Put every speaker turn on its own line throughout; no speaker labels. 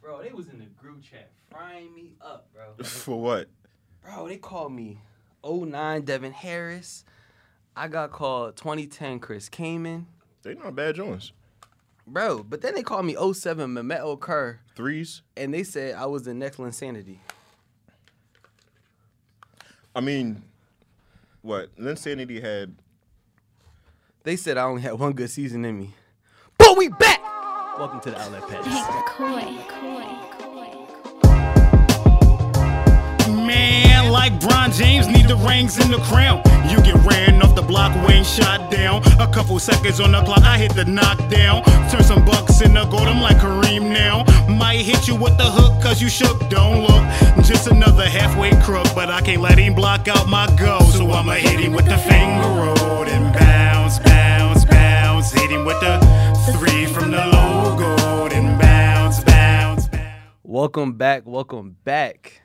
bro, they was in the group chat frying me up, bro.
For what?
Bro, they called me 09 Devin Harris. I got called 2010 Chris Kamen.
They not bad joints.
Bro, but then they called me 07 Mehmet Okur
Threes.
and they said I was the next Insanity.
I mean, what? Linsanity had
They said I only had one good season in me. But we back! Welcome to the Outlet Patch.
Man, like Bron James, need the rings in the crown. You get ran off the block, Wayne shot down. A couple seconds on the clock, I hit the knockdown. Turn some bucks in the gold, I'm like Kareem now. Might hit you with the hook, cause you shook, don't look. Just another halfway crook, but I can't let him block out my goal. So I'ma hit him with the finger roll and bounce, bounce, bounce. Hit him with the three from the logo and bounce, bounce, bounce.
Welcome back, welcome back.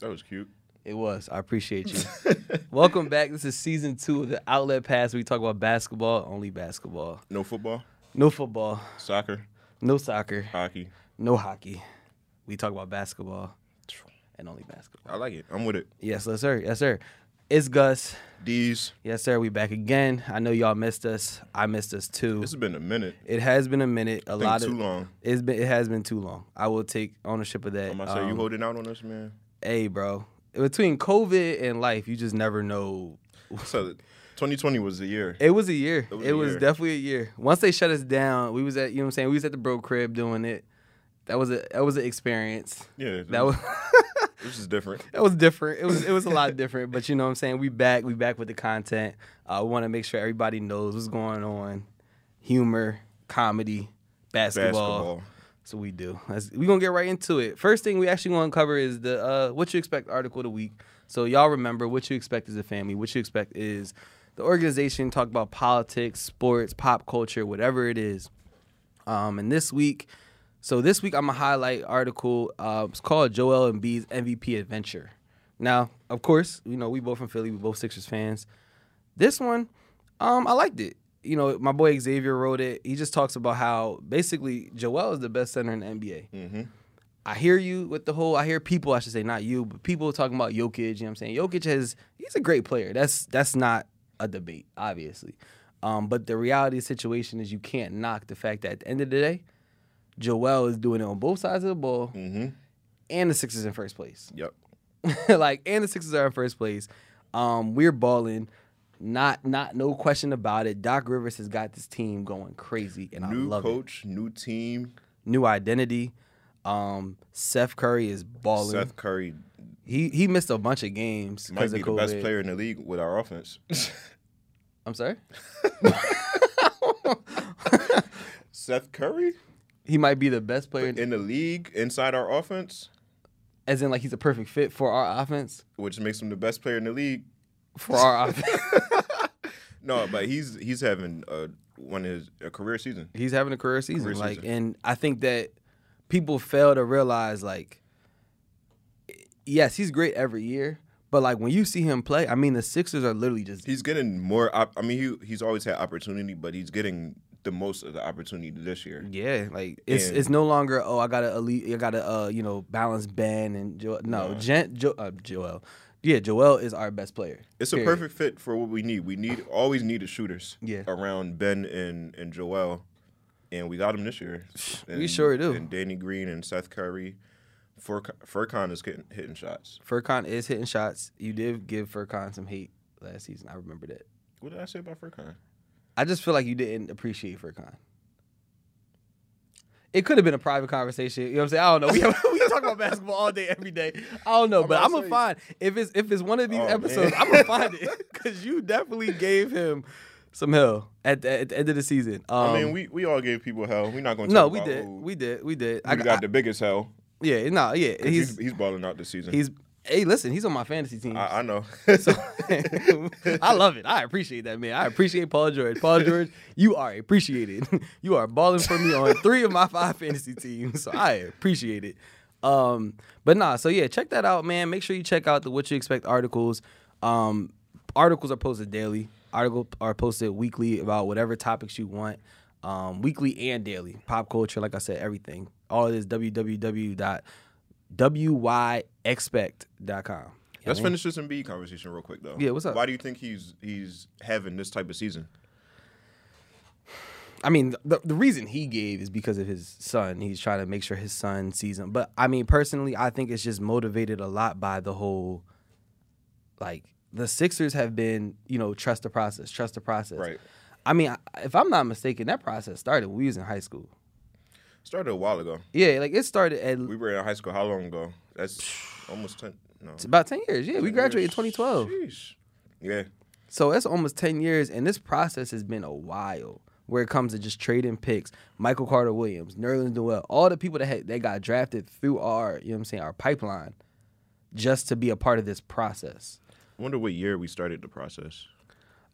that was cute.
It was. I appreciate you. welcome back. This is season two of the Outlet Pass. We talk about basketball, only basketball.
No football,
No football,
soccer,
no soccer,
hockey.
no hockey. We talk about basketball and only basketball.
I like it. I'm with it.
Yes, yes, sir. Yes, sir. It's Gus.
D's.
Yes, sir. We back again. I know y'all missed us. I missed us too.
This has been a minute.
It has been a minute. A
Been
lot
too
of
long.
It's been it has been too long. I will take ownership of that.
I'm about to say you
Um,
holding out on us, man.
hey, bro. Between COVID and life, you just never know.
So 2020 was the year.
It was a year. It was,
It was a year.
definitely a year. Once they shut us down, we was at you know what I'm saying. We was at the bro crib doing it. That was a that was an experience.
Yeah,
That was
this is different.
that was different. It was it was a lot different. But you know what I'm saying. We back. We back with the content. I want to make sure everybody knows what's going on. Humor, comedy,
Basketball.
So we do. That's, we gonna get right into it. First thing we actually gonna cover is the uh, what you expect article of the week. So y'all remember what you expect is a family. What you expect is the organization talk about politics, sports, pop culture, whatever it is. Um, and this week, so this week I'm gonna highlight article. Uh, it's called Joel Embiid's MVP adventure. Now, of course, you know we both from Philly. We both Sixers fans. This one, um, I liked it. You know, my boy Xavier wrote it. He just talks about how basically Joel is the best center in the NBA. I hear you with the whole. I hear people. I should say not you, but people talking about Jokic. You know what I'm saying? Jokic has he's a great player. That's that's not a debate, obviously. Um, but the reality of the situation is you can't knock the fact that at the end of the day, Joel is doing it on both sides of the ball, and the Sixers in first place.
Yep.
like and the Sixers are in first place. Um, we're balling. Not not no question about it. Doc Rivers has got this team going crazy, and I
New
love it.
coach, new team.
New identity. Um, Seth Curry is balling.
Seth Curry
He he missed a bunch of games
might
because of
be the
COVID.
best player in the league with our offense.
I'm sorry.
Seth Curry
He might be the best player, in-
in the league inside our offense,
as in like he's a perfect fit for our offense.
which makes him the best player in the league.
For our offense,
No, but he's he's having uh, one of his a career season.
he's having a career season.
Career
like,
season.
and I think that people fail to realize like yes, he's great every year, but like when you see him play, I mean, the Sixers are literally just
He's getting more. Op- I mean, he he's always had opportunity, but he's getting the most of the opportunity this year.
yeah, like it's
Yeah.
it's no longer oh I gotta elite, I gotta uh you know balance Ben and Joel. No, Jen, jo- uh, Joel, yeah, Joel is our best player.
It's a
Period.
perfect fit for what we need. We need always needed shooters.
Yeah.
Around Ben and and Joel, and we got him this year.
We
And-
sure do.
And Danny Green and Seth Curry, Furc- Furcon is getting hitting shots.
Furcon is hitting shots. You did give Furcon some hate last season. I remember that.
What did I say about Furcon?
I just feel like you didn't appreciate Furcon. It could have been a private conversation. You know what I'm saying? I don't know. We, have, we talk about basketball all day, every day. I don't know, but
about
I'm
to
gonna
say-
find if it's if it's one of these
Oh, man.
episodes, I'm gonna find it because you definitely gave him some hell at the, at the end of the season. Um,
I mean, we, we all gave people hell. We're not going to
no, we did, we did, we did. I
I got the biggest hell.
yeah, no, yeah.
'cause He's,
He's
he's balling out this season.
he's hey, listen, he's on my fantasy team.
I, I know.
I love it. I appreciate that, man. I appreciate Paul George. Paul George, you are appreciated. You are balling for me on three of my five fantasy teams, so I appreciate it. Um, but nah, so yeah, check that out, man. Make sure you check out the What You Expect articles. Um, articles are posted daily. Articles are posted weekly about whatever topics you want, um, weekly and daily. Pop culture, like I said, everything. All it is www.wyexpect.com.
Let's finish this Embiid conversation real quick though.
Yeah, what's up?
Why do you think he's he's having this type of season?
I mean, the, the reason he gave is because of his son. He's trying to make sure his son sees him. But I mean, personally, I think it's just motivated a lot by the whole, like, the Sixers have been, you know, trust the process, trust the process.
Right.
I mean, I- if I'm not mistaken, that process started when we was in high school.
Started a while ago.
Yeah, like it started at
We were in high school. How long ago? That's almost ten. No,
it's about 10 years. Yeah, we
10
graduated in
years.
2012.
Sheesh. Yeah,
So that's almost 10 years, and this process has been a while where it comes to just trading picks. Michael Carter Williams, Nerlens Noel, all the people that had, that got drafted through our, you know what I'm saying, our pipeline just to be a part of this process.
I wonder what year we started the process.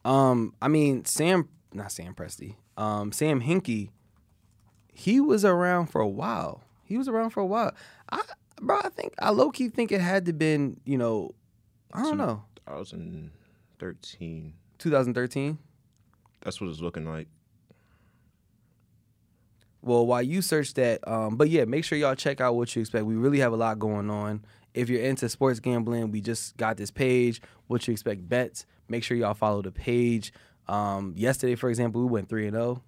Um, I mean, Sam, not Sam Presti, um, Sam Hinkie, he was around for a while. He was around for a while. I, bro, I think, I low key think it had to been, you know, I don't know,
2013.
2013.
That's what it's looking like.
Well, while you search that, um, but yeah, make sure y'all check out what you expect. We really have a lot going on. If you're into sports gambling, we just got this page, What You Expect Bets. Make sure y'all follow the page. Um, yesterday, for example, we went 3 and 0.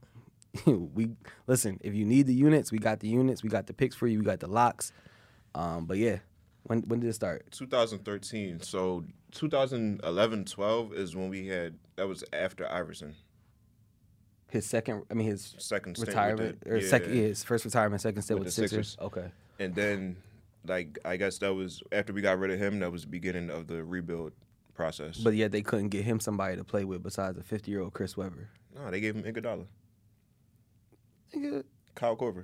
We listen, if you need the units, we got the units, we got the picks for you, we got the locks. Um, but yeah, when when did it start?
2013. So 2011, 12 is when we had. That was after Iverson.
His second, I mean, his
Second stint with
retirement,
the-
or
yeah.
second, yeah, his first retirement, second stint with,
With
the
the
Sixers. Okay.
And then, like, I guess that was after we got rid of him. That was the beginning of the rebuild process.
But yet they couldn't get him somebody to play with besides a 50 year old Chris Webber.
no, they gave him Iguodala,
Nigga,
Kyle Korver.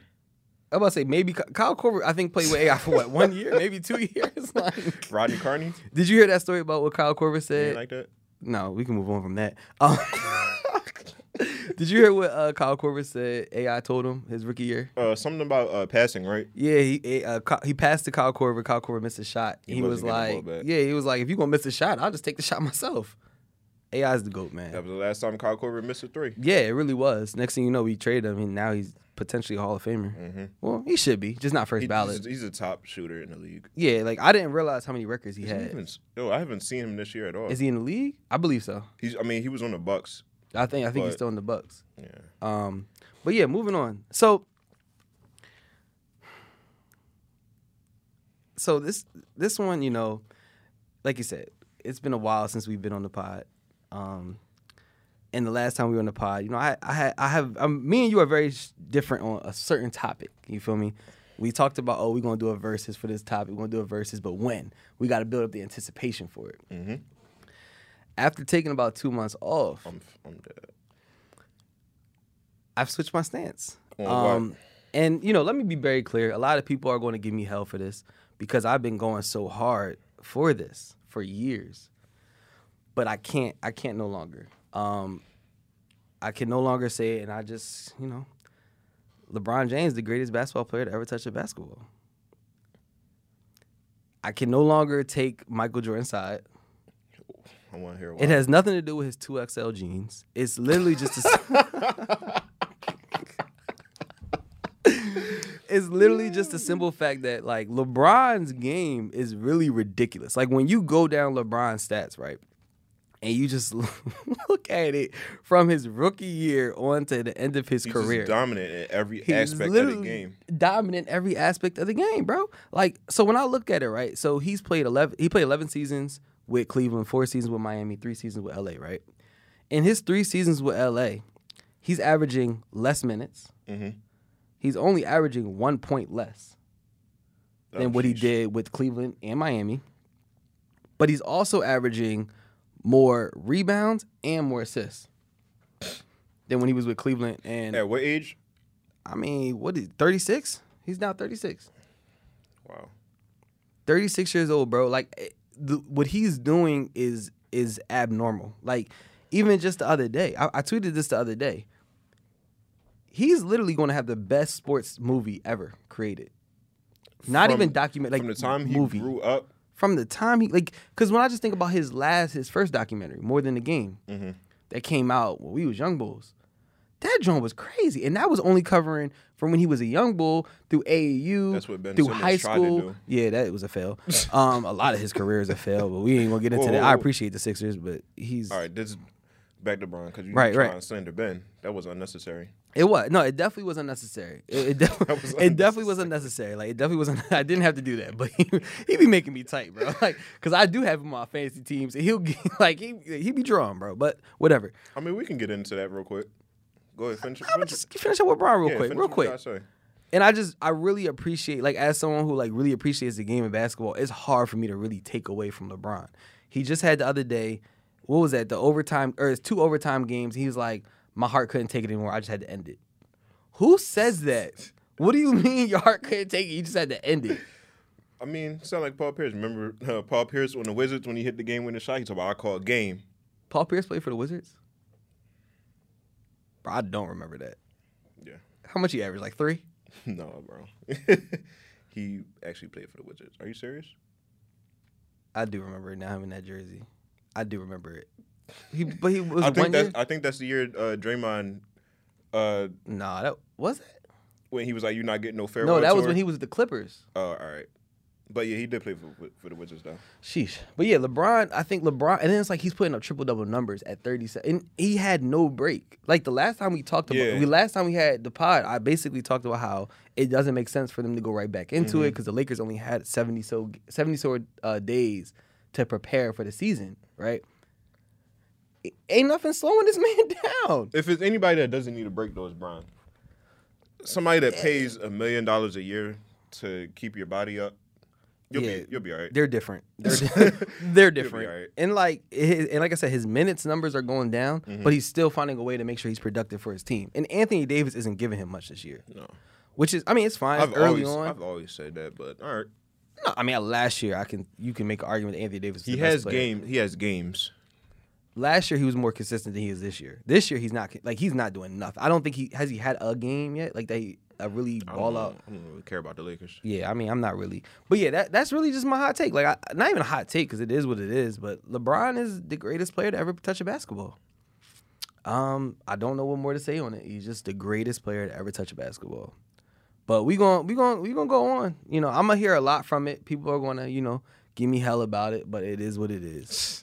I'm about to say maybe Ky- Kyle Korver. I think played with AI for what one year, maybe two years. Like,
Rodney Carney,
did you hear that story about what Kyle Korver
something
said?
like that.
no, we can move on from that. Um, did you hear what uh, Kyle Korver said? AI told him his rookie year.
Uh, something about uh, passing, right?
Yeah, he eh, uh, Ky- he passed to Kyle Korver. Kyle Korver missed a shot. He, was
wasn't getting the
like,
ball back.
yeah, he was like, if you gonna miss a shot, I'll just take the shot myself. AI's the goat, man.
That was the last time Kyle Korver missed a three.
Yeah, it really was. Next thing you know, we traded him, and now he's potentially a Hall of Famer. Well, he should be, just not first
Mm-hmm. He-
ballot.
he's, he's a top shooter in the league.
Yeah, like I didn't realize how many records he
I
had.
haven't, yo, I haven't seen him this year at all.
Is he in the league? I believe so.
He's, I mean, he was on the Bucks.
I think I think he's
But-
still in the Bucks.
Yeah.
Um, but yeah, moving on. So, so this this one, you know, like you said, it's been a while since we've been on the pod. Um, and the last time we were on the pod, you know, I I had I have um, me and you are very sh- different on a certain topic. You feel me? We talked about oh, we're gonna do a versus for this topic. We're gonna do a versus, but when we got to build up the anticipation for it. After taking about two months off,
I'm, f- I'm dead.
I've switched my stance.
On
Um, and you know, let me be very clear. A lot of people are going to give me hell for this because I've been going so hard for this for years. But I can't. I can't no longer. Um, I can no longer say it, and I just, you know, LeBron James, the greatest basketball player to ever touch a basketball. I can no longer take Michael Jordan's side.
I want to hear why.
It has nothing to do with his two XL jeans. It's literally just a. s- it's literally just a simple fact that like LeBron's game is really ridiculous. Like when you go down LeBron's stats, right? And you just look at it from his rookie year on to the end of his
He's
career.
just dominant in every
He's
aspect of the
literally
game.
Dominant every aspect of the game, bro. Like, so when I look at it, right? So he's played eleven. He played eleven seasons with Cleveland, four seasons with Miami, three seasons with LA, right? In his three seasons with LA, he's averaging less minutes.
Mm-hmm.
He's only averaging one point less than
Oh,
what he
sheesh.
did with Cleveland and Miami. But he's also averaging more rebounds and more assists than when he was with Cleveland and
At what age?
I mean, what is 36? He's now 36.
Wow.
36 years old, bro. Like eh, the, what he's doing is is abnormal. Like even just the other day, I, I tweeted this the other day. He's literally going to have the best sports movie ever created. Not
From-
even document like
From the time he
movie.
grew up,
From the time he like, because when I just think about
Mm-hmm.
his last, his first documentary, more than the game, that came out when we was young bulls. That joint was crazy, and that was only covering from when he was a young bull through AAU,
That's what Ben
through
Simmons
high
tried to
school.
do.
Yeah, that was a fail. um, a lot of his career is a fail, but we ain't gonna get into
Whoa,
that.
whoa,
I
whoa.
appreciate the Sixers, but he's
All right, this is back to Bron because you
Right,
right,
right.
trying to slander Ben. That was unnecessary.
It was no, it definitely was unnecessary. It, it, def-
was
it definitely was unnecessary. Like it definitely wasn't. I didn't have to do that, but he, he be making me tight, bro. Like because I do have him on my fantasy teams, and he'll get, like he he be drawing, bro. But whatever.
I mean, we can get into that real quick. Go ahead, finish.
I'm gonna
finish-
just finish up with Brian real
yeah,
quick,
finish
real
what you
quick.
gotta say.
And I just I really appreciate like as someone who like really appreciates the game of basketball, it's hard for me to really take away from LeBron. He just had the other day, what was that? The overtime or it's two overtime games. He was like, my heart couldn't take it anymore. I just had to end it. Who says that? What do you mean your heart couldn't take it? You just had to end it.
I mean, sound like Paul Pierce. Remember uh, Paul Pierce on the Wizards when he hit the game winning shot? He talked about I call game.
Paul Pierce played for the Wizards. Bro, I don't remember that.
Yeah.
How much he averaged? Like three?
no, bro. he actually played for the Wizards. Are you serious?
I do remember it now. Him in that jersey. I do remember it. He, but he was
I
one
think
year.
that's I think that's the year uh, Draymond uh,
nah, that was it.
when he was like, "You're not getting no farewell."
No, that was
tour."
when he was with the Clippers.
Oh, all right. But yeah, he did play for for the Wizards though.
Sheesh. But yeah, LeBron, I think LeBron, and then it's like he's putting up triple double numbers at 37. And he had no break. Like the last time we talked about,
Yeah.
we last time we had the pod, I basically talked about how it doesn't make sense for them to go right back into it because the Lakers only had 70 so 70 so uh, days to prepare for the season, right? A- Ain't nothing slowing this man down.
If it's anybody that doesn't need a break, though, it's Brian. Somebody that pays a million dollars a year to keep your body up, you'll
Yeah.
be you'll be all right.
They're different. They're, di- they're different.
alright.
And like his, and like I said, his minutes numbers are going down,
Mm-hmm.
but he's still finding a way to make sure he's productive for his team. And Anthony Davis isn't giving him much this year.
No.
Which is, I mean, it's fine.
I've
early
always
on,
I've always said that, but all right.
no, I mean, last year I can you can make an argument that Anthony Davis. Is
He
the best
has
player.
game. He has games.
Last year he was more consistent than he is this year. This year he's not like he's not doing nothing. I don't think he has he had a game yet. Like they a really
I don't
ball
know.
out.
I don't really care about the Lakers.
Yeah, I mean, I'm not really, but yeah, that that's really just my hot take. Like, I, not even a hot take because it is what it is. But LeBron is the greatest player to ever touch a basketball. Um, I don't know what more to say on it. He's just the greatest player to ever touch a basketball. But we going we going we gonna go on. You know, I'm gonna hear a lot from it. People are gonna you know give me hell about it, but it is what it is.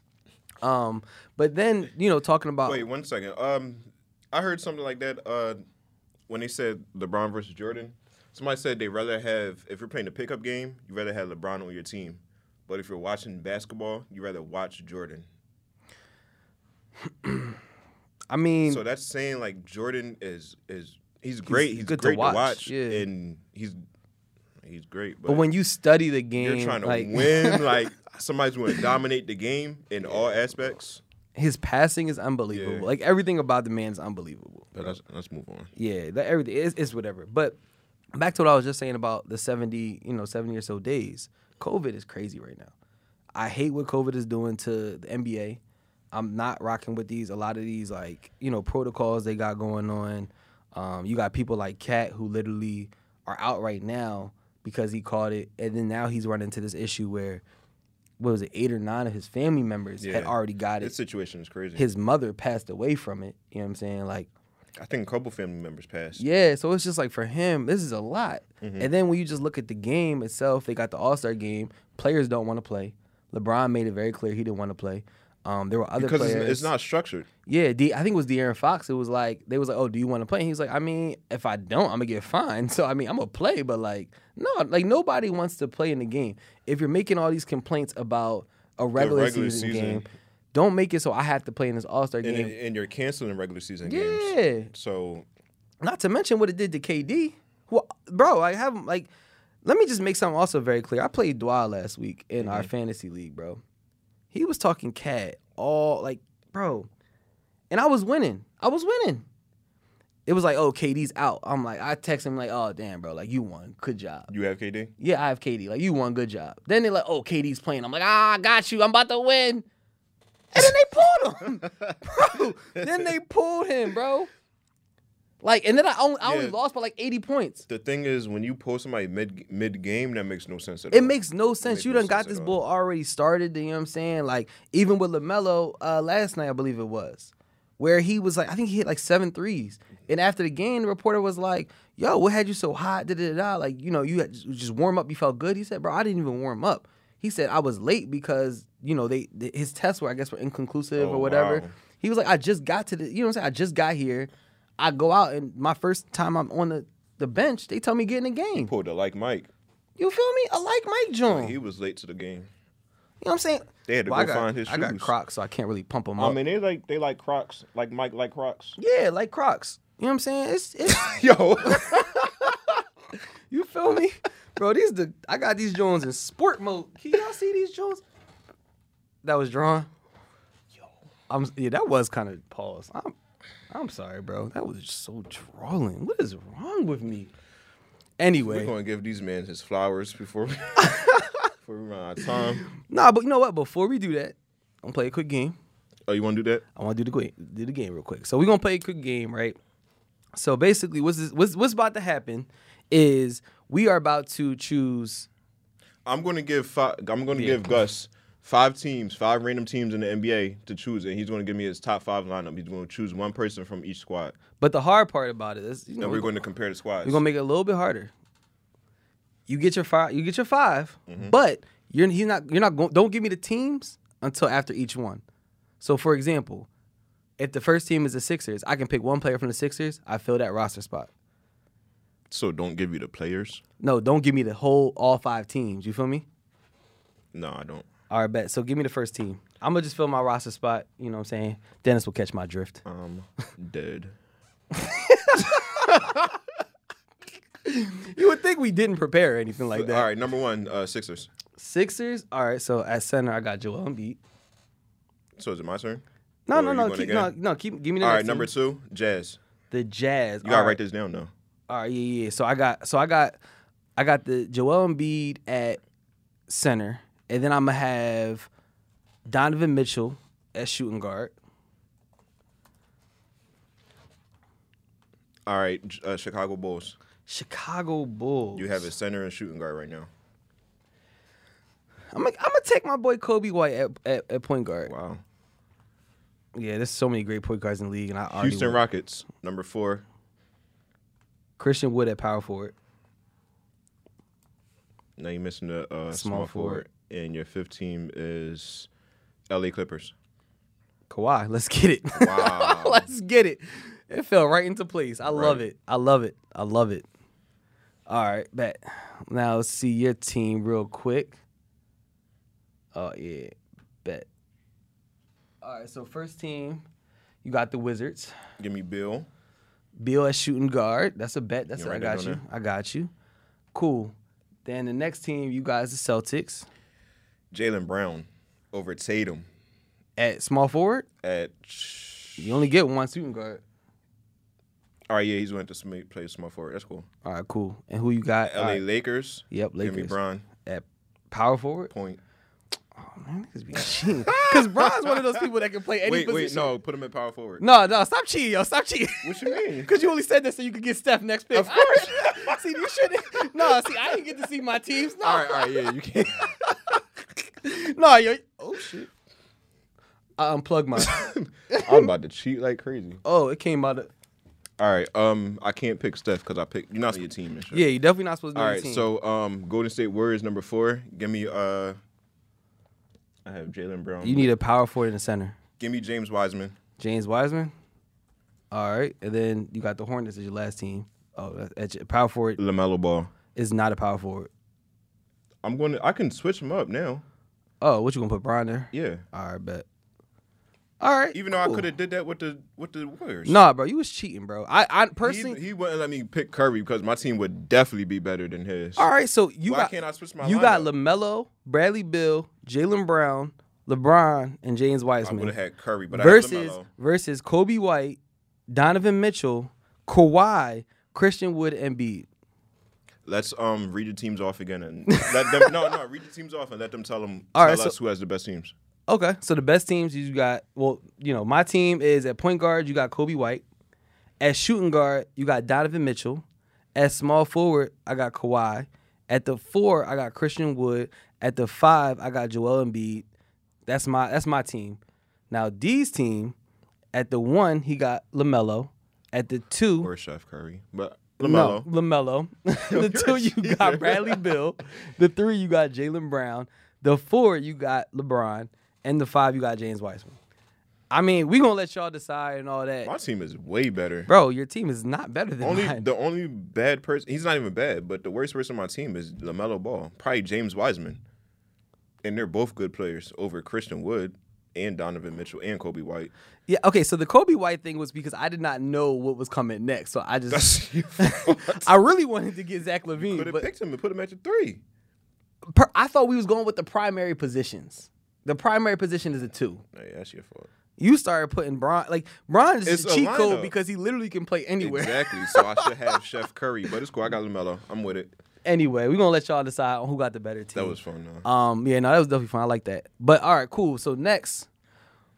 Um, but then you know talking about
Wait one second. Um, I heard something like that. Uh, when they said LeBron versus Jordan, somebody said they rather have if you're playing a pickup game, you rather have LeBron on your team, but if you're watching basketball, you rather watch Jordan.
I mean
So that's saying like Jordan is is he's great. He's,
good to
great to
watch,
watch,
yeah.
and he's he's great. But,
but when you study the game
you're trying to
like,
win, like somebody's going to dominate the game in all aspects.
his passing is unbelievable.
Yeah.
Like everything about the man is unbelievable.
But let's let's move on.
Yeah, that everything is it's whatever. But back to what I was just saying about the seventy, you know, seventy or so days. COVID is crazy right now. I hate what COVID is doing to the NBA. I'm not rocking with these a lot of these like you know protocols they got going on. Um, you got people like Cat who literally are out right now because he caught it, and then now he's running into this issue where what was it eight or nine of his family members had
Yeah.
already got
This
it.
situation is crazy.
His mother passed away from it. You know what I'm saying? Like
I think a couple family members passed.
yeah, so it's just like for him, this is a lot.
Mm-hmm.
And then when you just look at the game itself, they got the All Star game. Players don't want to play. LeBron made it very clear he didn't want to play. Um, there were other
because
players.
it's, it's not structured.
Yeah, D, I think it was De'Aaron Fox. It was like they was like, "Oh, do you want to play?" And he was like, "I mean, if I don't, I'm gonna get fined. So I mean, I'm gonna play, but like, no, like nobody wants to play in the game. If you're making all these complaints about a regular,
regular
season,
season.
game, don't make it so I have to play in this All Star
And,
game.
and you're canceling regular season games.
yeah,
So
Not to mention what it did to KD. Well, bro, I have like. Let me just make something also very clear. I played Dwa last week in our fantasy league, bro. He was talking cat all like, bro, and I was winning. I was winning. It was like, oh, KD's out. I'm like, I text him like, oh, damn, bro, like you won, good job.
you have KD.
Yeah, I have KD. Like you won, good job. Then they like, oh, KD's playing. I'm like, ah, I got you. I'm about to win. And then they pulled him, bro. Then they pulled him, bro. Like, and then I only, I only
Yeah.
lost by like 80 points.
The thing is, when you post somebody mid mid game, that makes no sense at
It
all.
makes no sense.
make
You
no
done got
sense
this
at
bull already started. You know what I'm saying? Like,
Mm-hmm.
even with LaMelo uh, last night, I believe it was, where he was like, I think he hit like seven threes. And after the game, the reporter was like, "Yo, what had you so hot?" Da da da. da. Like, you know, you had you just warm up. You felt good. He said, "Bro, I didn't even warm up." He said, "I was late because you know they th- his tests were I guess were inconclusive
Oh,
or whatever."
wow.
He was like, "I just got to the you know what I'm saying. I just got here. I go out and my first time I'm on the the bench, they tell me get in the game.
Pulled a like Mike.
You feel me? I like Mike Jones.
He was late to the
You
game.
know what I'm saying?
They had to
Oh. I
go
got,
find his
I got
shoes.
Crocs, so I can't really pump them
I
up.
mean, they like they like Crocs, like Mike like Crocs.
yeah, like Crocs. You know what I'm saying? It's, it's
Yo,
you feel me, bro? These the I got these Jones in sport mode. Can y'all see these Jones? That was drawn. I'm yeah, that was kind of pause. I'm I'm sorry, bro. That was just so drawling. What is wrong with me?
we're
Anyway,
gonna give these men his flowers before we, before we run out of time.
nah, but you know what? Before we do that, I'm gonna play a quick game.
Oh, you want to do that?
I want to do the quick, do the game real quick. So we're gonna play a quick game, right? So basically, what's this, what's what's about to happen is we are about to choose.
I'm gonna give five, I'm gonna give Gus five teams, five random teams in the NBA to choose, and he's gonna give me his top five lineup. He's gonna choose one person from each squad,
But the hard part about it is, you know,
and
we're gonna,
we're going to compare the squads.
we're gonna make it a little bit harder. You get your five, you get your 5 but you're he's not you're not going. Don't give me the teams until after each one. So for example, if the first team is the Sixers, I can pick one player from the Sixers. I fill that roster spot.
so don't give you the players.
No, don't give me the whole all five teams. You feel me?
No, I don't.
All right, bet. So give me the first team. I'm gonna just fill my roster spot. You know what I'm saying? Dennis will catch my drift.
I'm dead.
You would think we didn't prepare or anything like that.
All right, number one, uh, Sixers.
Sixers. All right. So at center, I got Joel Embiid.
So is it my turn?
No,
Or
no,
you
no,
going
keep,
again?
no, no. Keep give me the
All
next
right, number
team.
two, Jazz.
the Jazz.
You gotta write this down though.
All right, yeah, yeah. So I got, so I got, I got the Joel Embiid at center, and then I'm gonna have Donovan Mitchell at shooting guard.
All right, J- uh, Chicago Bulls.
Chicago Bulls.
You have a center and shooting guard right now.
I'm gonna, I'm gonna take my boy Kobe White at, at, at point guard.
Wow.
Yeah, there's so many great point guards in the league, and I already
Houston
went-
Rockets, number four.
Christian Wood at power forward.
Now you're missing the uh, small,
Small
forward.
forward.
and your fifth team is L.A. Clippers.
Kawhi, let's get it.
Wow.
let's get it. It fell right into place. I love
Right.
it. I love it. I love it. All right, bet. Now let's see your team real quick. Oh yeah, bet. All right, so first team, you got the Wizards.
Give me Bill.
Bill at shooting guard. That's a bet. That's
You
I
write that
got you.
down
I got you. Cool. Then the next team, you guys, the Celtics
Jalen Brown over Tatum
at small forward.
at.
You only get one shooting guard.
All right, Oh, yeah, he's going to sm- play small forward. That's cool.
All right, cool. And who you got?
L.A.
All right,
Lakers.
Yep,
Give me
Lakers.
Bron.
at power forward.
Point.
Man, niggas be cheating. Cause Bron's one of those people that can play any
Wait, wait,
position.
no, put him at power forward.
no, no, stop cheating, yo, stop cheating.
What you mean?
Cause you only said that so you could get Steph next pick. Of course. see, you shouldn't. No, see, I didn't get to see my teams. No,
All right, all right, yeah, you can't.
no, yo. Oh shit. I unplugged my.
I'm about to cheat like crazy.
oh, it came out. Of,
All right, um, I can't pick Steph because I picked. You're not your team and shit.
yeah, you're definitely not supposed to. Be
All
on the
right,
team.
so um, Golden State Warriors number four. Give me uh, I have Jalen Brown.
you need a power forward in the center.
Give me James Wiseman.
James Wiseman. All right, and then you got the Hornets as your last team. Oh, that- that's your- power forward
Lamelo Ball.
is not a power forward.
I'm going. to I can switch him up now.
Oh, what you gonna put Bron there?
Yeah.
All right, bet. All right.
Even though I
cool.
could have did that with the with the Warriors.
Nah, bro, you was cheating, bro. I, I
he,
personally.
he wouldn't let me pick Curry because my team would definitely be better than his.
all right, so you
Why
got
can't I switch my
you got
lineup?
Lamelo, Bradley, Bill, Jalen Brown, LeBron, and James
I would have
Wiseman
had Curry, but I had
versus
LaMelo.
versus Kobe White, Donovan Mitchell, Kawhi, Christian Wood, and Bede.
Let's um read the teams off again and let them. no, no, read the teams off and let them tell them
All right,
tell
so-
us who has the best teams.
Okay, so the best teams you got. Well, you know, my team is at point guard. You got Kobe White. At shooting guard, you got Donovan Mitchell. At small forward, I got Kawhi. At the four, I got Christian Wood. At the five, I got Joel Embiid. That's my that's my team. Now D's team, at the one, he got Lamelo. At the two,
or Chef Curry, but
No,
Lamelo.
LaMelo. the two,
You're a
you
cheater.
got Bradley Bill. The three, you got Jalen Brown. The four, you got LeBron. And the five, you got James Wiseman. I mean, we going to let y'all decide and all that.
My team is way better.
Bro, your team is not better than
Only
mine.
the only bad person. He's not even bad, but the worst person on my team is Lamelo Ball. Probably James Wiseman, and they're both good players over Christian Wood and Donovan Mitchell and Kobe White.
yeah, okay, so the Kobe White thing was because I did not know what was coming next. So I just.
That's your fault.
I really wanted to get Zach Levine,
Could have
but
picked him and put him at the three.
per, I thought we was going with the primary positions. The primary position is a two.
Hey, that's your fault.
You started putting Bron like Bron is just
It's
a
a
cheat code
lineup.
because he literally can play anywhere.
Exactly. So I should have Chef Curry, but it's cool. I got Lamelo. I'm with it.
anyway, we're gonna let y'all decide on who got the better team.
That was fun though.
Um, yeah, no, that was definitely fun. I like that. But all right, cool. So next,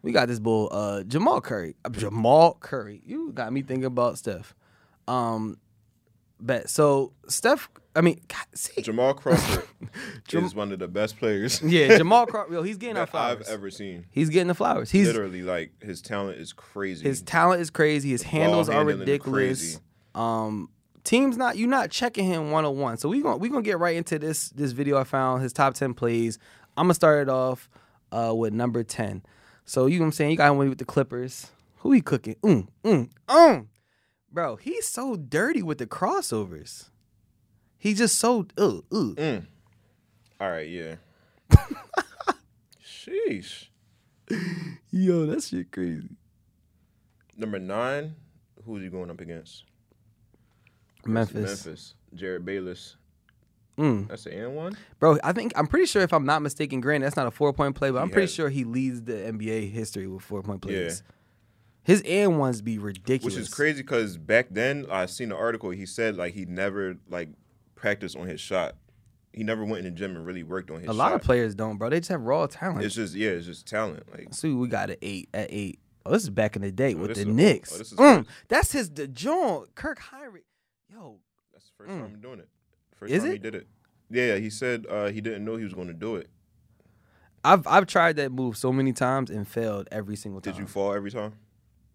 we got this bull, uh, Jamal Curry. Uh, Jamal Curry, you got me thinking about Steph. Um, bet. So Steph, I mean, God, see,
Jamal Crawford is one of the best players
yeah, Jamal Curry, yo, he's getting our
that I've
flowers.
ever seen.
He's getting the flowers. He's
Literally, like his talent is crazy.
his talent is crazy. His handles are
handling
ridiculous.
crazy.
Um, teams not you not checking him one on one. So we gonna we gonna get right into this this video I found his top ten plays. I'm gonna start it off uh, with number ten. So you know what I'm saying you got him with the Clippers. Who he cooking? Mm, mm, mm. Bro, he's so dirty with the crossovers. He's just so ugh, ugh.
Mm. All right, yeah. Sheesh.
yo, that shit crazy.
Number nine, who's he going up against?
Memphis. Mm.
Memphis. Jared Bayless. That's the N one.
Bro, I think I'm pretty sure if I'm not mistaken, granted that's not a four point play, but I'm
He
pretty
has-
sure he leads the NBA history with four point
Yeah.
plays. His and ones be ridiculous.
Which is crazy because back then I seen an article. He said like he never like practiced on his shot. He never went in the gym and really worked on his.
A lot
shot.
of players don't, bro. They just have raw talent.
It's just yeah, it's just talent. Like
See, we got an eight at eight. Oh, this is back in the day with
this
the
is- oh,
Knicks.
this is
Mm, that's his the John Kirk Heinrich. Yo,
that's the first time I'm doing it. First
Mm. Is
time he
it?
did it. Yeah, he said uh, he didn't know he was going to do it.
I've I've tried that move so many times and failed every single time.
Did you fall every time?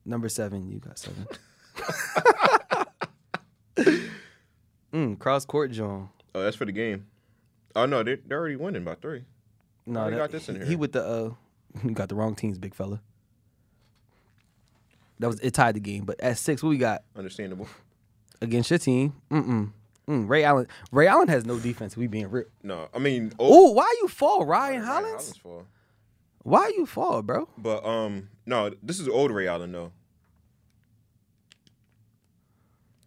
Number seven, you got seven. mm, cross court John.
Oh, that's for the game. Oh no, they they're already winning by three.
No,
already got this in
he-
here.
He with the uh, you got the wrong teams, big fella. That was it tied the game, but at six, what we got
Understandable.
against your team? Mm mm. Mm, Ray Allen. Ray Allen has no defense. We being real.
No, I mean, oh,
Ooh, why you fall, Ryan
Ryan
Hollins?
fall.
Why you fall, bro?
But um, no, this is old Ray Allen though.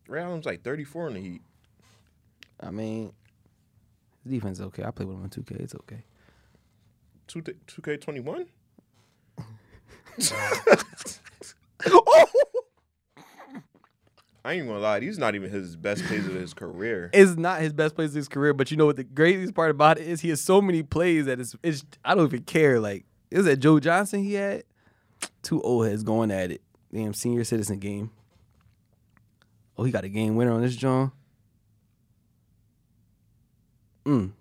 Ray Allen's like 34 in the Heat.
I mean, his defense is okay. I play with him on 2K. It's okay.
Two two K 21.
oh,
I ain't gonna lie, these not even his best plays of his career.
it's not his best plays of his career, but you know what the craziest part about it is? He has so many plays that it's, it's I don't even care. Like, is that Joe Johnson he had? Two old heads going at it. Damn, senior citizen game. Oh, he got a game winner on this, John. Mm.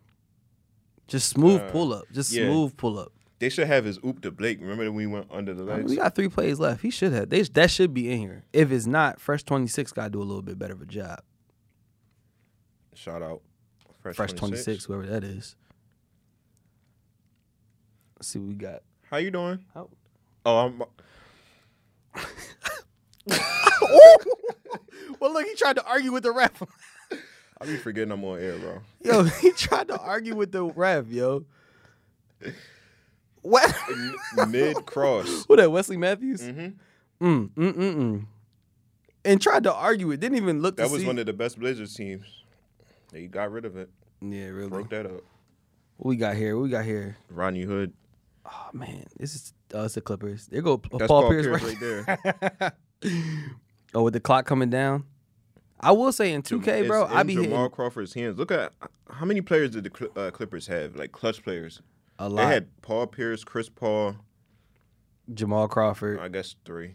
Just smooth
Uh,
pull up. Just
yeah.
smooth pull up.
They should have his oop to Blake. Remember that we went under the
I mean,
legs?
we got three plays left. He should have. They, that should be in here. If it's not, Fresh 26 got to do a little bit better of a job.
Shout out.
Fresh 26, whoever that is. Let's see what we got.
How you doing?
Oh.
Oh, I'm.
Well, look, he tried to argue with the ref.
I be forgetting I'm on air, bro.
yo, he tried to argue with the ref, yo. What?
Mid cross.
Who that, Wesley Matthews? Mm, mm, mm, mm. And tried to argue it. Didn't even look
That
to
was
see.
one of the best Blazers teams. They got rid of it.
yeah, really.
Broke that up.
What we got here? What we got here?
Ronnie Hood.
Oh, man. This is uh, it's the Clippers. There go Paul,
That's Paul,
Pierce,
Pierce,
right
right there.
Oh, with the clock coming down. I will say in 2K,
It's
bro,
in
I be
Jamal
hitting
Crawford's hands. Look at how many players did the Cl- uh, Clippers have? Like clutch players.
a
They
lot.
had Paul Pierce, Chris Paul.
Jamal Crawford.
I guess three.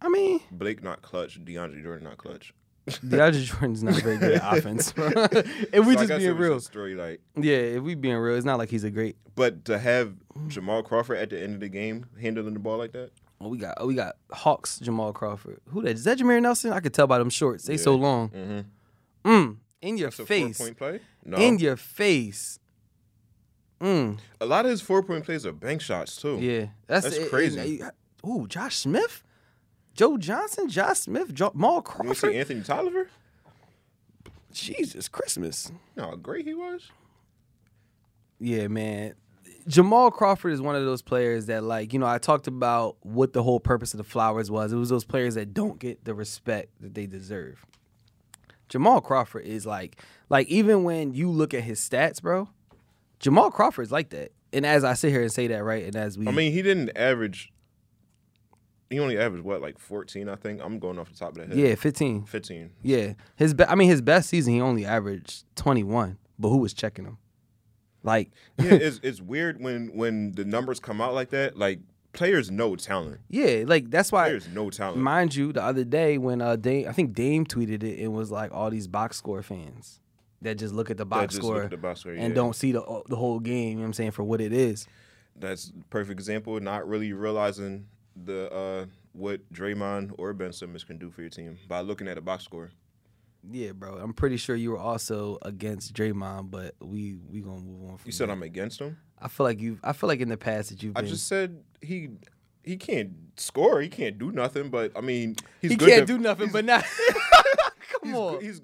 I mean,
Blake not clutch. DeAndre Jordan not clutch.
DeAndre Jordan's not very good at offense. if we
So I
just
guess it
being
was
real,
a Story like,
yeah, if we being real, it's not like he's a great.
but to have Jamal Crawford at the end of the game handling the ball like that,
Oh, we got oh, we got Hawks Jamal Crawford. Who that? Is that Jameer Nelson? I could tell by them shorts. They so long. Mm-hmm. Mm, in your
It's a
face.
four-point play. No,
In your face.
a lot of his four-point plays are bank shots too.
Yeah, that's,
That's
it- it-
crazy.
it- ooh, Josh Smith, Joe Johnson, Josh Smith, Jamal
You want to see
Crawford.
Anthony Tolliver?
Jesus Christmas.
You know how great he was.
Yeah, man. Jamal Crawford is one of those players that, like, you know, I talked about what the whole purpose of the Flowers was. It was those players that don't get the respect that they deserve. Jamal Crawford is like, like even when you look at his stats, bro, Jamal Crawford is like that. And as I sit here and say that, right, and as we,
I mean, he didn't average. He only averaged what, like fourteen? I think. I'm going off the top of the head.
yeah, fifteen,
fifteen.
yeah, his, be- I mean, his best season he only averaged twenty one, but who was checking him? Like,
yeah, it's it's weird when when the numbers come out like that. Like players know talent.
yeah, like that's why
Players know talent.
Mind you, the other day when uh, Dame, I think Dame tweeted it, it was like all these box score fans that just look at the box
just look
score
at the box score,
and
yeah.
don't see the the whole game. You know what I'm saying for what it is.
That's a perfect example. Not really realizing the uh, what Draymond or Ben Simmons can do for your team by looking at a box score.
Yeah, bro. I'm pretty sure you were also against Draymond, but we we gonna move on. From
You said
that.
I'm against him.
I feel like you. I feel like in the past that you've
I
been.
just said he he can't score. He can't do nothing. But I mean, he's
he
good
can't
def-
do nothing, but not. Come
He's,
on.
good- he's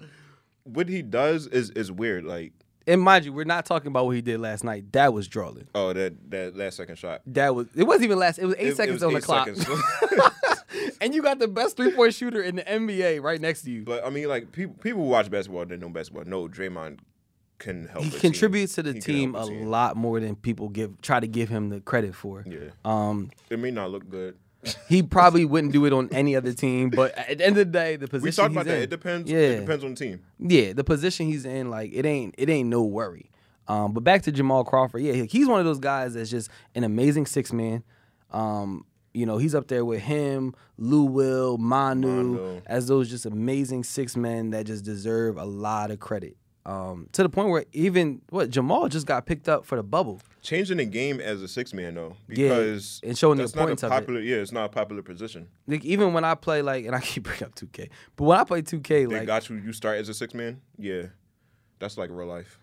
what he does is is weird. Like
and mind you, we're not talking about what he did last night. That was drawing.
oh that that last second shot.
That was. It wasn't even last. It was eight
It- it
seconds
was
on the
eight
clock.
seconds.
and you got the best three point shooter in the NBA right next to you.
But I mean, like people people who watch basketball didn't know basketball. No, Draymond can help.
he
a team.
contributes to the
He can
team a
help team.
lot more than people give try to give him the credit for.
Yeah,
Um,
it may not look good.
he probably wouldn't do it on any other team, but at the end of the day, the position
We talked
he's
about that.
in-
It depends.
Yeah,
It depends on the team.
yeah, the position he's in, like it ain't it ain't no worry. Um, but back to Jamal Crawford, yeah, he- he's one of those guys that's just an amazing six man. Um, you know, he's up there with him, Lou Will, Manu,
Rondo.
as those just amazing six men that just deserve a lot of credit. Um, to the point where even what Jamal just got picked up for the bubble.
Changing the game as a six man though, because
and showing the
that's not a
importance of it.
popular. Yeah, it's not a popular position.
Like even when I play like, and I keep bringing up 2K, but when I play 2K,
They
like
got you. You start as a six man. Yeah, that's like real life.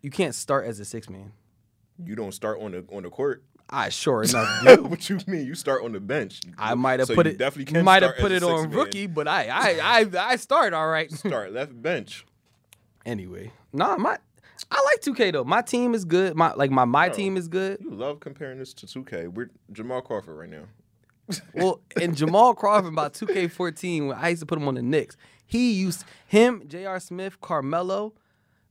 you can't start as a six man.
You don't start on the on the court.
I sure enough, do.
what you mean? You start on the bench.
I might have
So
put
you
it
Definitely can
might have
start as
put
a
it on
six-man.
rookie, but I I I I start all right.
Start left bench.
anyway, nah, my I like 2K though. My team is good. My like my my
Oh.
team is good.
You love comparing this to 2K. We're Jamal Crawford right now.
Well, and Jamal Crawford by 2K14 when I used to put him on the Knicks, he used him, J.R. Smith, Carmelo.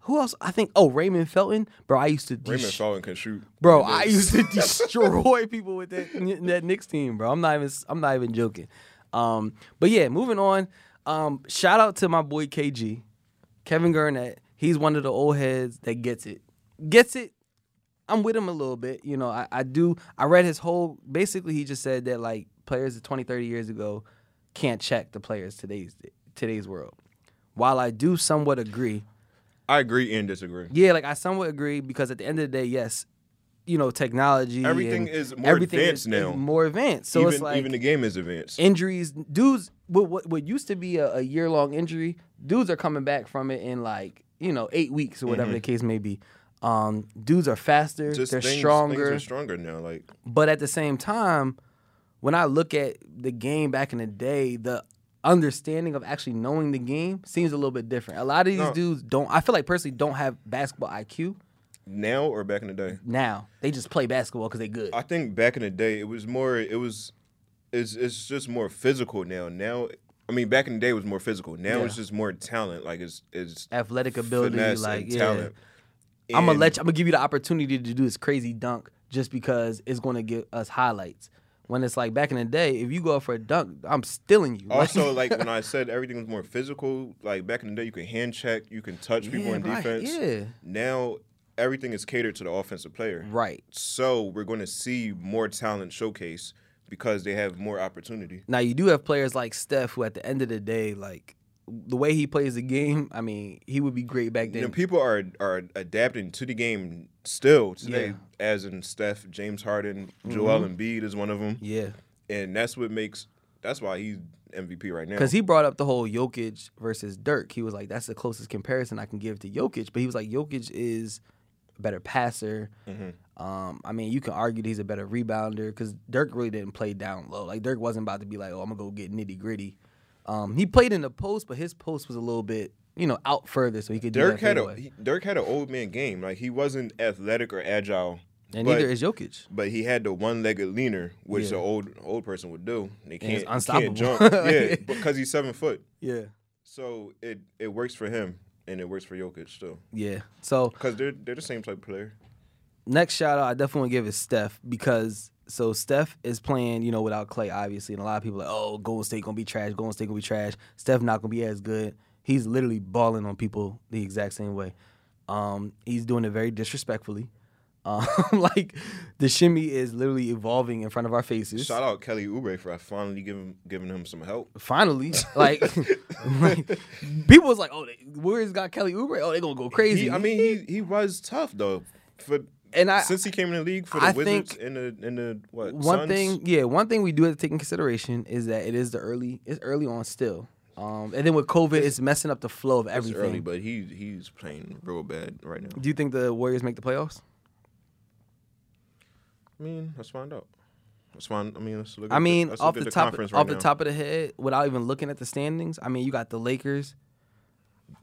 Who else? I think. Oh, Raymond Felton, bro. I used to
Raymond
destroy-
Felton can shoot.
Bro, I used to destroy people with that that Knicks team, bro. I'm not even I'm not even joking. Um, but yeah, moving on. Um, shout out to my boy KG, Kevin Garnett. He's one of the old heads that gets it. Gets it. I'm with him a little bit. You know, I, I do I read his whole basically he just said that like players of 20, 30 years ago can't check the players today's today's world. While I do somewhat agree,
I agree and disagree.
yeah, like I somewhat agree because at the end of the day, yes, you know, technology,
Everything
and
is more
everything
advanced
is,
now.
is more advanced. So
even
it's like
even the game is advanced.
injuries, dudes. What what, what used to be a, a year long injury, dudes are coming back from it in like you know eight weeks or whatever the case may be. Um, dudes are faster,
Mm-hmm. Just
they're
things,
stronger,
Things are stronger now. Like
but at the same time, when I look at the game back in the day, the understanding of actually knowing the game seems a little bit different. A lot of these
No.
dudes don't. I feel like personally don't have basketball IQ.
now or back in the day.
now. They just play basketball because they good.
I think back in the day it was more. It was. It's it's just more physical now. Now. I mean, back in the day it was more physical. Now
Yeah.
it's just more talent. Like it's it's
Athletic ability,
finesse
like
and
yeah.
talent.
I'm gonna
And
let you, I'm gonna give you the opportunity to do this crazy dunk just because it's gonna give us highlights. When it's like back in the day, if you go up for a dunk, I'm stealing you. Like,
Also, like when I said everything was more physical, like back in the day, you can hand check, you can touch people
Yeah,
in
right,
defense.
yeah.
Now everything is catered to the offensive player.
right
So we're going to see more talent showcase because they have more opportunity.
now, you do have players like Steph who, at the end of the day, like w- the way he plays the game, I mean, he would be great back
You know,
then.
people are are adapting to the game still
Yeah.
today,
Mm-hmm.
as in Steph, James Harden, Joel Embiid is one of them,
Yeah.
and that's what makes that's why he's MVP right now.
Because he brought up the whole Jokic versus Dirk. He was like, that's the closest comparison I can give to Jokic. But he was like, Jokic is a better passer.
Mm-hmm.
Um, I mean, you can argue that he's a better rebounder because Dirk really didn't play down low. Like, Dirk wasn't about to be like, oh, I'm going to go get nitty gritty. Um, he played in the post, but his post was a little bit, you know, out further so he could
Dirk
do that
had a
fadeaway.
he- Dirk had an old man game. Like he wasn't athletic or agile.
And
but,
neither is Jokic.
but he had the one legged leaner, which
Yeah.
the old old person would do. They can't,
it's
he
unstoppable.
can't jump. yeah, because he's seven foot.
Yeah.
So it it works for him and it works for Jokic still.
Yeah. So
Because they're they're the same type of player.
next shout out I definitely want to give is Steph because so Steph is playing, you know, without Clay obviously, and a lot of people are like, oh, Golden State gonna be trash, Golden State gonna be trash, Steph not gonna be as good. He's literally balling on people the exact same way. Um, he's doing it very disrespectfully. Um, like the shimmy is literally evolving in front of our faces.
Shout out Kelly Oubre for finally giving giving him some help.
Finally, like, like, people was like, oh, they, Warriors got Kelly Oubre. Oh, they gonna go crazy.
He, I mean, he he was tough though. For
And I-
since he came in the league for the
I
Wizards
think
and the and the what
one
Suns?
thing, yeah, one thing we do have to take in consideration is that it is the early, it's early on still, um, and then with COVID, it's messing up the flow of
It's
everything.
early, but he he's playing real bad right now.
do you think the Warriors make the playoffs?
I mean, let's find out. Let's find. I mean, let's look.
I
at
mean,
let's look
off
at
the top,
conference
off
right
the
now.
top of the head, without even looking at the standings, I mean, you got the Lakers,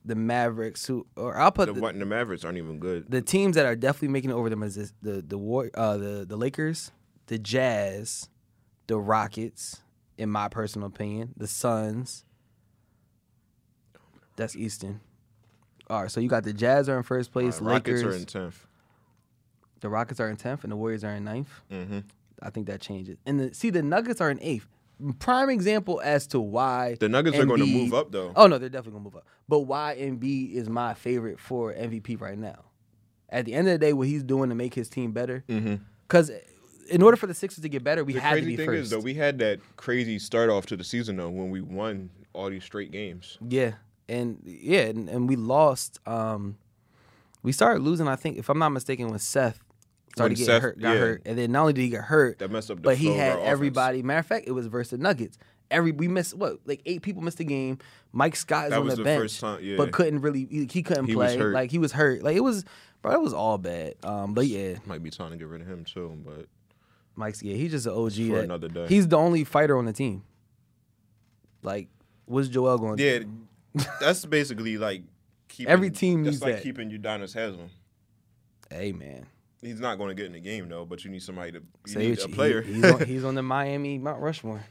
the Mavericks, who, or I'll put
the,
the,
what- the Mavericks aren't even good.
the teams that are definitely making it over them is this, the the war, uh, the the Lakers, the Jazz, the Rockets. In my personal opinion, the Suns. That's Eastern. All right, so you got the Jazz are in first place,
Uh, Rockets
Lakers,
are in tenth.
the Rockets are in tenth, and the Warriors are in 9th
Mm-hmm.
I think that changes. And the, see, the Nuggets are in eighth. Prime example as to why
The Nuggets are going to
Embiid-
move up though.
Oh no, they're definitely gonna move up. But why Embiid is my favorite for MVP right now. At the end of the day, what he's doing to make his team better, because in order for the Sixers to get better, we
Mm-hmm. the
had to be
crazy thing
first.
is though, we had that crazy start off to the season though when we won all these straight games.
yeah, and yeah, and, and we lost. Um, we started losing. I think, if I'm not mistaken, when Seth started
When
getting
Seth-
hurt, got
yeah.
hurt, and then not only did he get hurt,
That messed up the
but he
flow of
had
our offense.
everybody. Matter of fact, it was versus the Nuggets. Every we missed what like eight people missed the game. Mike Scott is
That
on
was
the
the
bench,
first time- yeah.
but couldn't really he, he couldn't
He was
play.
hurt.
Like he was hurt. Like it was, bro. It was all bad. Um, but yeah,
Might be time to get rid of him too, but
Mike's yeah. He's just an OG.
For
that-
another day.
He's the only fighter on the team. Like, what's Joel going? to do?
yeah, that's basically like keeping,
Every team
that's
needs
like
that.
keeping Udonis Haslam.
Hey man,
He's not going to get in the game though, but you need somebody to you
Say
need
what
a
you-
player.
he- he's, on, he's on the Miami Mount Rushmore.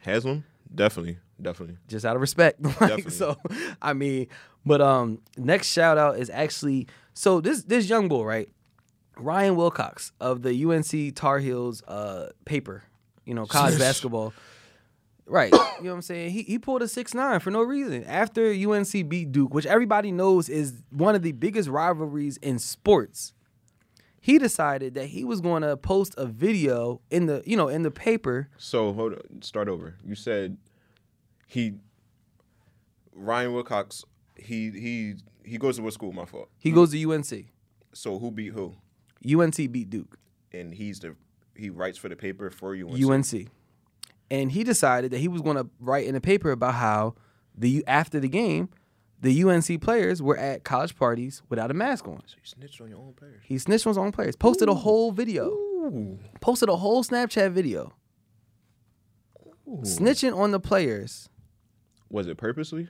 Haslam, definitely, definitely.
just out of respect. Like,
Definitely.
so I mean, but um next shout out is actually so this this young boy, right? Ryan Wilcox of the UNC Tar Heels uh paper, you know, college basketball. Right. You know what I'm saying? He he pulled a six nine for no reason. After UNC beat Duke, which everybody knows is one of the biggest rivalries in sports he decided that he was going to post a video in the you know in the paper
So hold on, start over. You said he Ryan Wilcox. He he he goes to what school? My fault.
he goes to unc
So who beat who?
unc beat duke
And he's the he writes for the paper for you.
UNC. And he decided that he was going to write in a paper about how the after the game, the UNC players were at college parties without a mask on.
you snitched on your own players.
He snitched on his own players, posted a whole video, posted a whole Snapchat video, snitching on the players.
Was it purposely?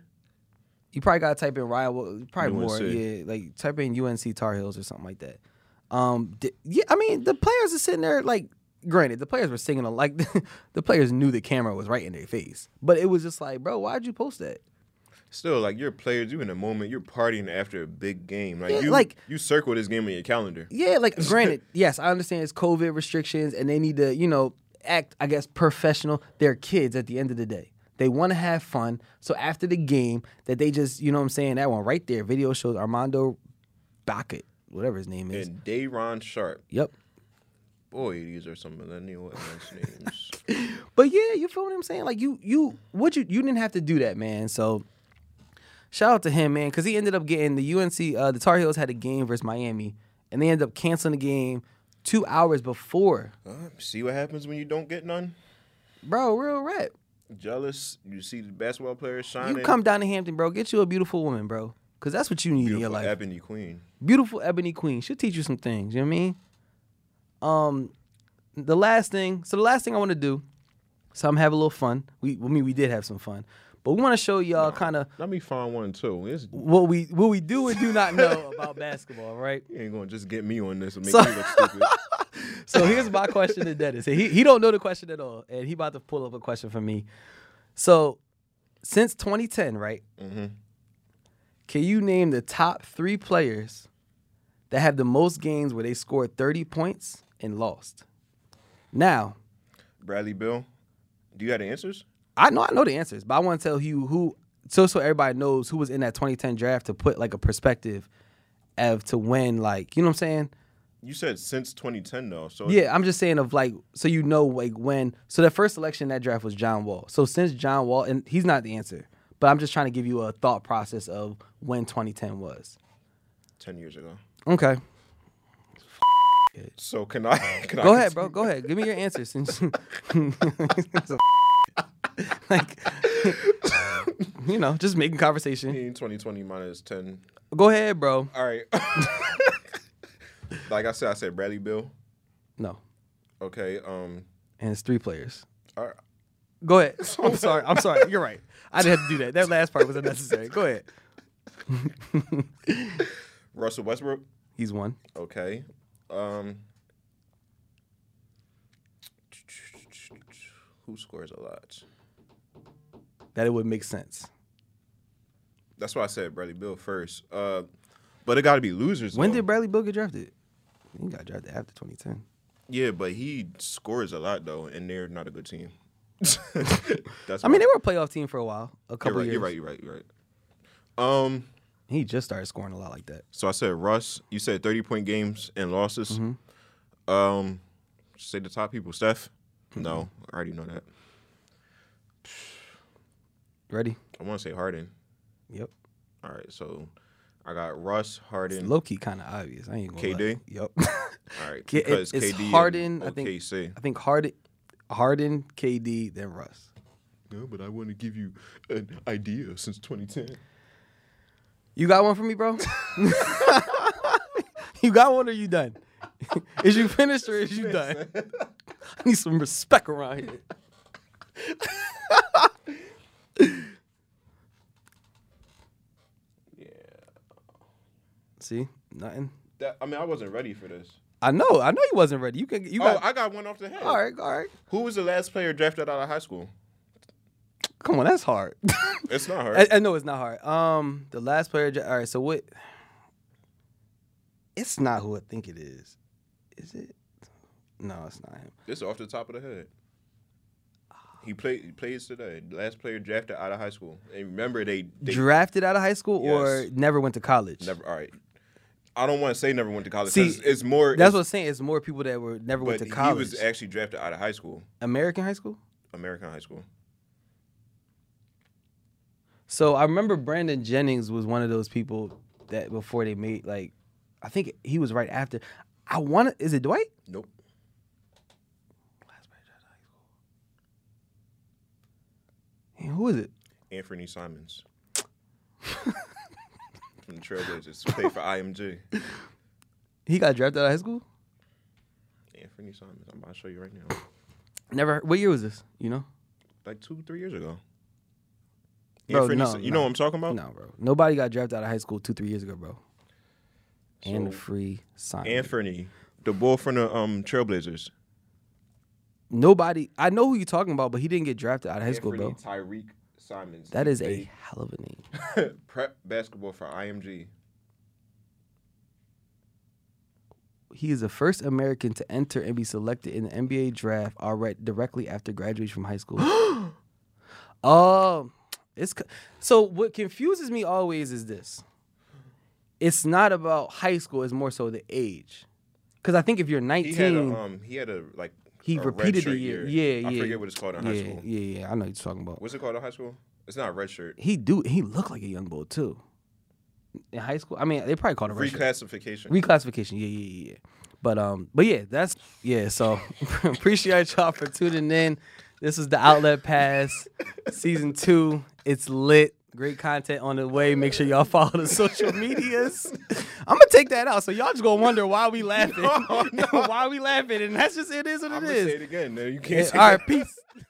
You probably gotta type in Ryan. Wil- Probably more,
UNC.
yeah. Like type in UNC Tar Heels or something like that. Um, d- yeah. I mean, the players are sitting there. Like, granted, the players were singing. al- Like, the players knew the camera was right in their face, but it was just like, bro, why'd you post that?
Still, like you're players, you in a moment, you're partying after a big game. Like
Yeah,
you,
like-
you circle this game in your calendar.
Yeah, like granted, yes, I understand it's COVID restrictions and they need to, you know, act, I guess, professional. They're kids at the end of the day. They want to have fun. So after the game, that they just, you know what I'm saying, that one right there, video shows Armando Backett, whatever his name is.
And Dayron Sharp,
Yep.
boy, these are some millennial ass names.
But yeah, you feel what I'm saying? Like you you what you you didn't have to do that, man. So shout out to him, man, because he ended up getting the UNC. Uh, the Tar Heels had a game versus Miami, and they ended up canceling the game two hours before.
Uh, see what happens when you don't get none.
Bro, real rep.
Jealous. You see the basketball players shining.
You come down to Hampton, bro. Get you a beautiful woman, bro. Cause that's what you need in your
Beautiful
life.
Ebony Queen.
beautiful ebony queen. She'll teach you some things. You know what I mean? Um, the last thing. So the last thing I want to do. So I'm having a little fun. We, I mean, we did have some fun, but we want to show y'all kind of
Let me find one too. It's,
what we what we do and do not know about basketball, right?
you ain't gonna just get me on this and make
So-
me look stupid.
So here's my question to Dennis. He he don't know the question at all, and he about to pull up a question for me. So since 2010, right? Can you name the top three players that have the most games where they scored 30 points and lost? Now,
Bradley Bill, do you have the answers?
I know I know the answers, but I want to tell you who so so everybody knows who was in that 2010 draft to put like a perspective of to when like you know what I'm saying.
You said since 2010 though, so
Oh, Yeah, I'm just saying of like so you know like when so the first selection in that draft was John Wall. So since John Wall and he's not the answer, but I'm just trying to give you a thought process of when 2010 was.
10 years ago.
Okay.
So can I? Can I
Go ahead, bro. Go ahead. Give me your answer since It's a like you know, just making conversation.
15, 2020 minus 10.
Go ahead, bro.
All right. like I said, I said Bradley Bill.
No.
Okay. Um.
And it's three players.
All right.
Go ahead. I'm sorry. I'm sorry. You're right. I didn't have to do that. That last part was unnecessary. Go ahead.
Russell Westbrook.
He's one.
Okay. Um. Who scores a lot?
That it would make sense.
That's why I said Bradley Bill first. Uh, but it got to be losers.
When
though.
did Bradley Bill get drafted? He got drafted after 2010.
Yeah, but he scores a lot though, and they're not a good team. That's
I mean, they were a playoff team for a while, a
You're
couple
right.
years.
You're right. You're right. You're right. Um.
He just started scoring a lot like that.
So I said Russ. You said thirty point games and losses.
Mm-hmm.
Um, say the top people. Steph. No, I already know that.
Ready?
I want to say Harden.
Yep.
All right. So I got Russ Harden.
Low key, kind of obvious. I ain't gonna. lie.
KD?
Yep.
All right.
K- it-
Because
it's
KD
Harden, I
And
think-
OKC.
I think Harden, Harden, KD, then Russ.
No, but I want to give you an idea since 2010.
You got one for me, bro? you got one or you done? is you finished or is you done? I need some respect around here.
Yeah.
See, nothing.
That, I mean, I wasn't ready for this.
I know. I know you wasn't ready. You can. You
Oh,
got.
I got one off the head.
all right. All right.
Who was the last player drafted out of high school?
Come on, that's hard.
It's not her.
I, I know it's not hard. Um, the last player. dra- All right, so what? It's not who I think it is. Is it? No, it's not him.
This is off the top of the head. He played. He plays today. Last player drafted out of high school. And remember, they, they
Drafted out of high school or
Yes.
never went to college.
never. All right. I don't want to say never went to college.
See,
'cause it's more.
That's what I'm
it's,
saying. It's more people that were never went
But
to
he
college.
was actually drafted out of high school,
American high school.
American high school.
So I remember Brandon Jennings was one of those people that before they made like, I think he was right after. I want to. Is it Dwight?
Nope.
And who is it?
Anthony Simons from the Trailblazers played for IMG.
He got drafted out of high school.
Anthony Simons. I'm about to show you right now.
Never. What year was this? You know.
Like two, three years ago.
Bro,
Anthony,
no,
Si- you
no.
know what I'm talking about?
No, bro. Nobody got drafted out of high school two, three years ago, bro. And
So-
free sign.
Anthony, the boy from the um, Trailblazers.
Nobody. I know who you're talking about, but he didn't get drafted out of high school, bro.
Anthony Tyreek Simons.
That is a
They
hell of a name.
prep basketball for IMG.
He is the first American to enter and be selected in the NBA draft already directly after graduation from high school. um, it's co- so what confuses me always is this. It's not about high school; it's more so the age. Because I think if you're 19,
He had a, um he had a like
He
a
repeated the
redshirt
year. Yeah,
I
yeah.
forget what it's called in high
yeah,
school.
yeah, yeah, I know what you're talking about.
What's it called in high school? It's not a red shirt.
He do he looked like a young bull too. In high school, I mean, they probably called him red shirt.
Reclassification.
reclassification. Yeah, yeah, yeah. yeah. But um, but yeah, that's yeah. So appreciate y'all for tuning in. This is the Outlet Pass season two. It's lit. Great content on the way. Make sure y'all follow the social medias. I'm gonna take that out, so y'all just gonna wonder why we laughing,
No, no.
why we laughing, and that's just it is what
I'm
it
gonna say
is.
it again. No, you
Yeah,
can't. say
all
that.
right, peace.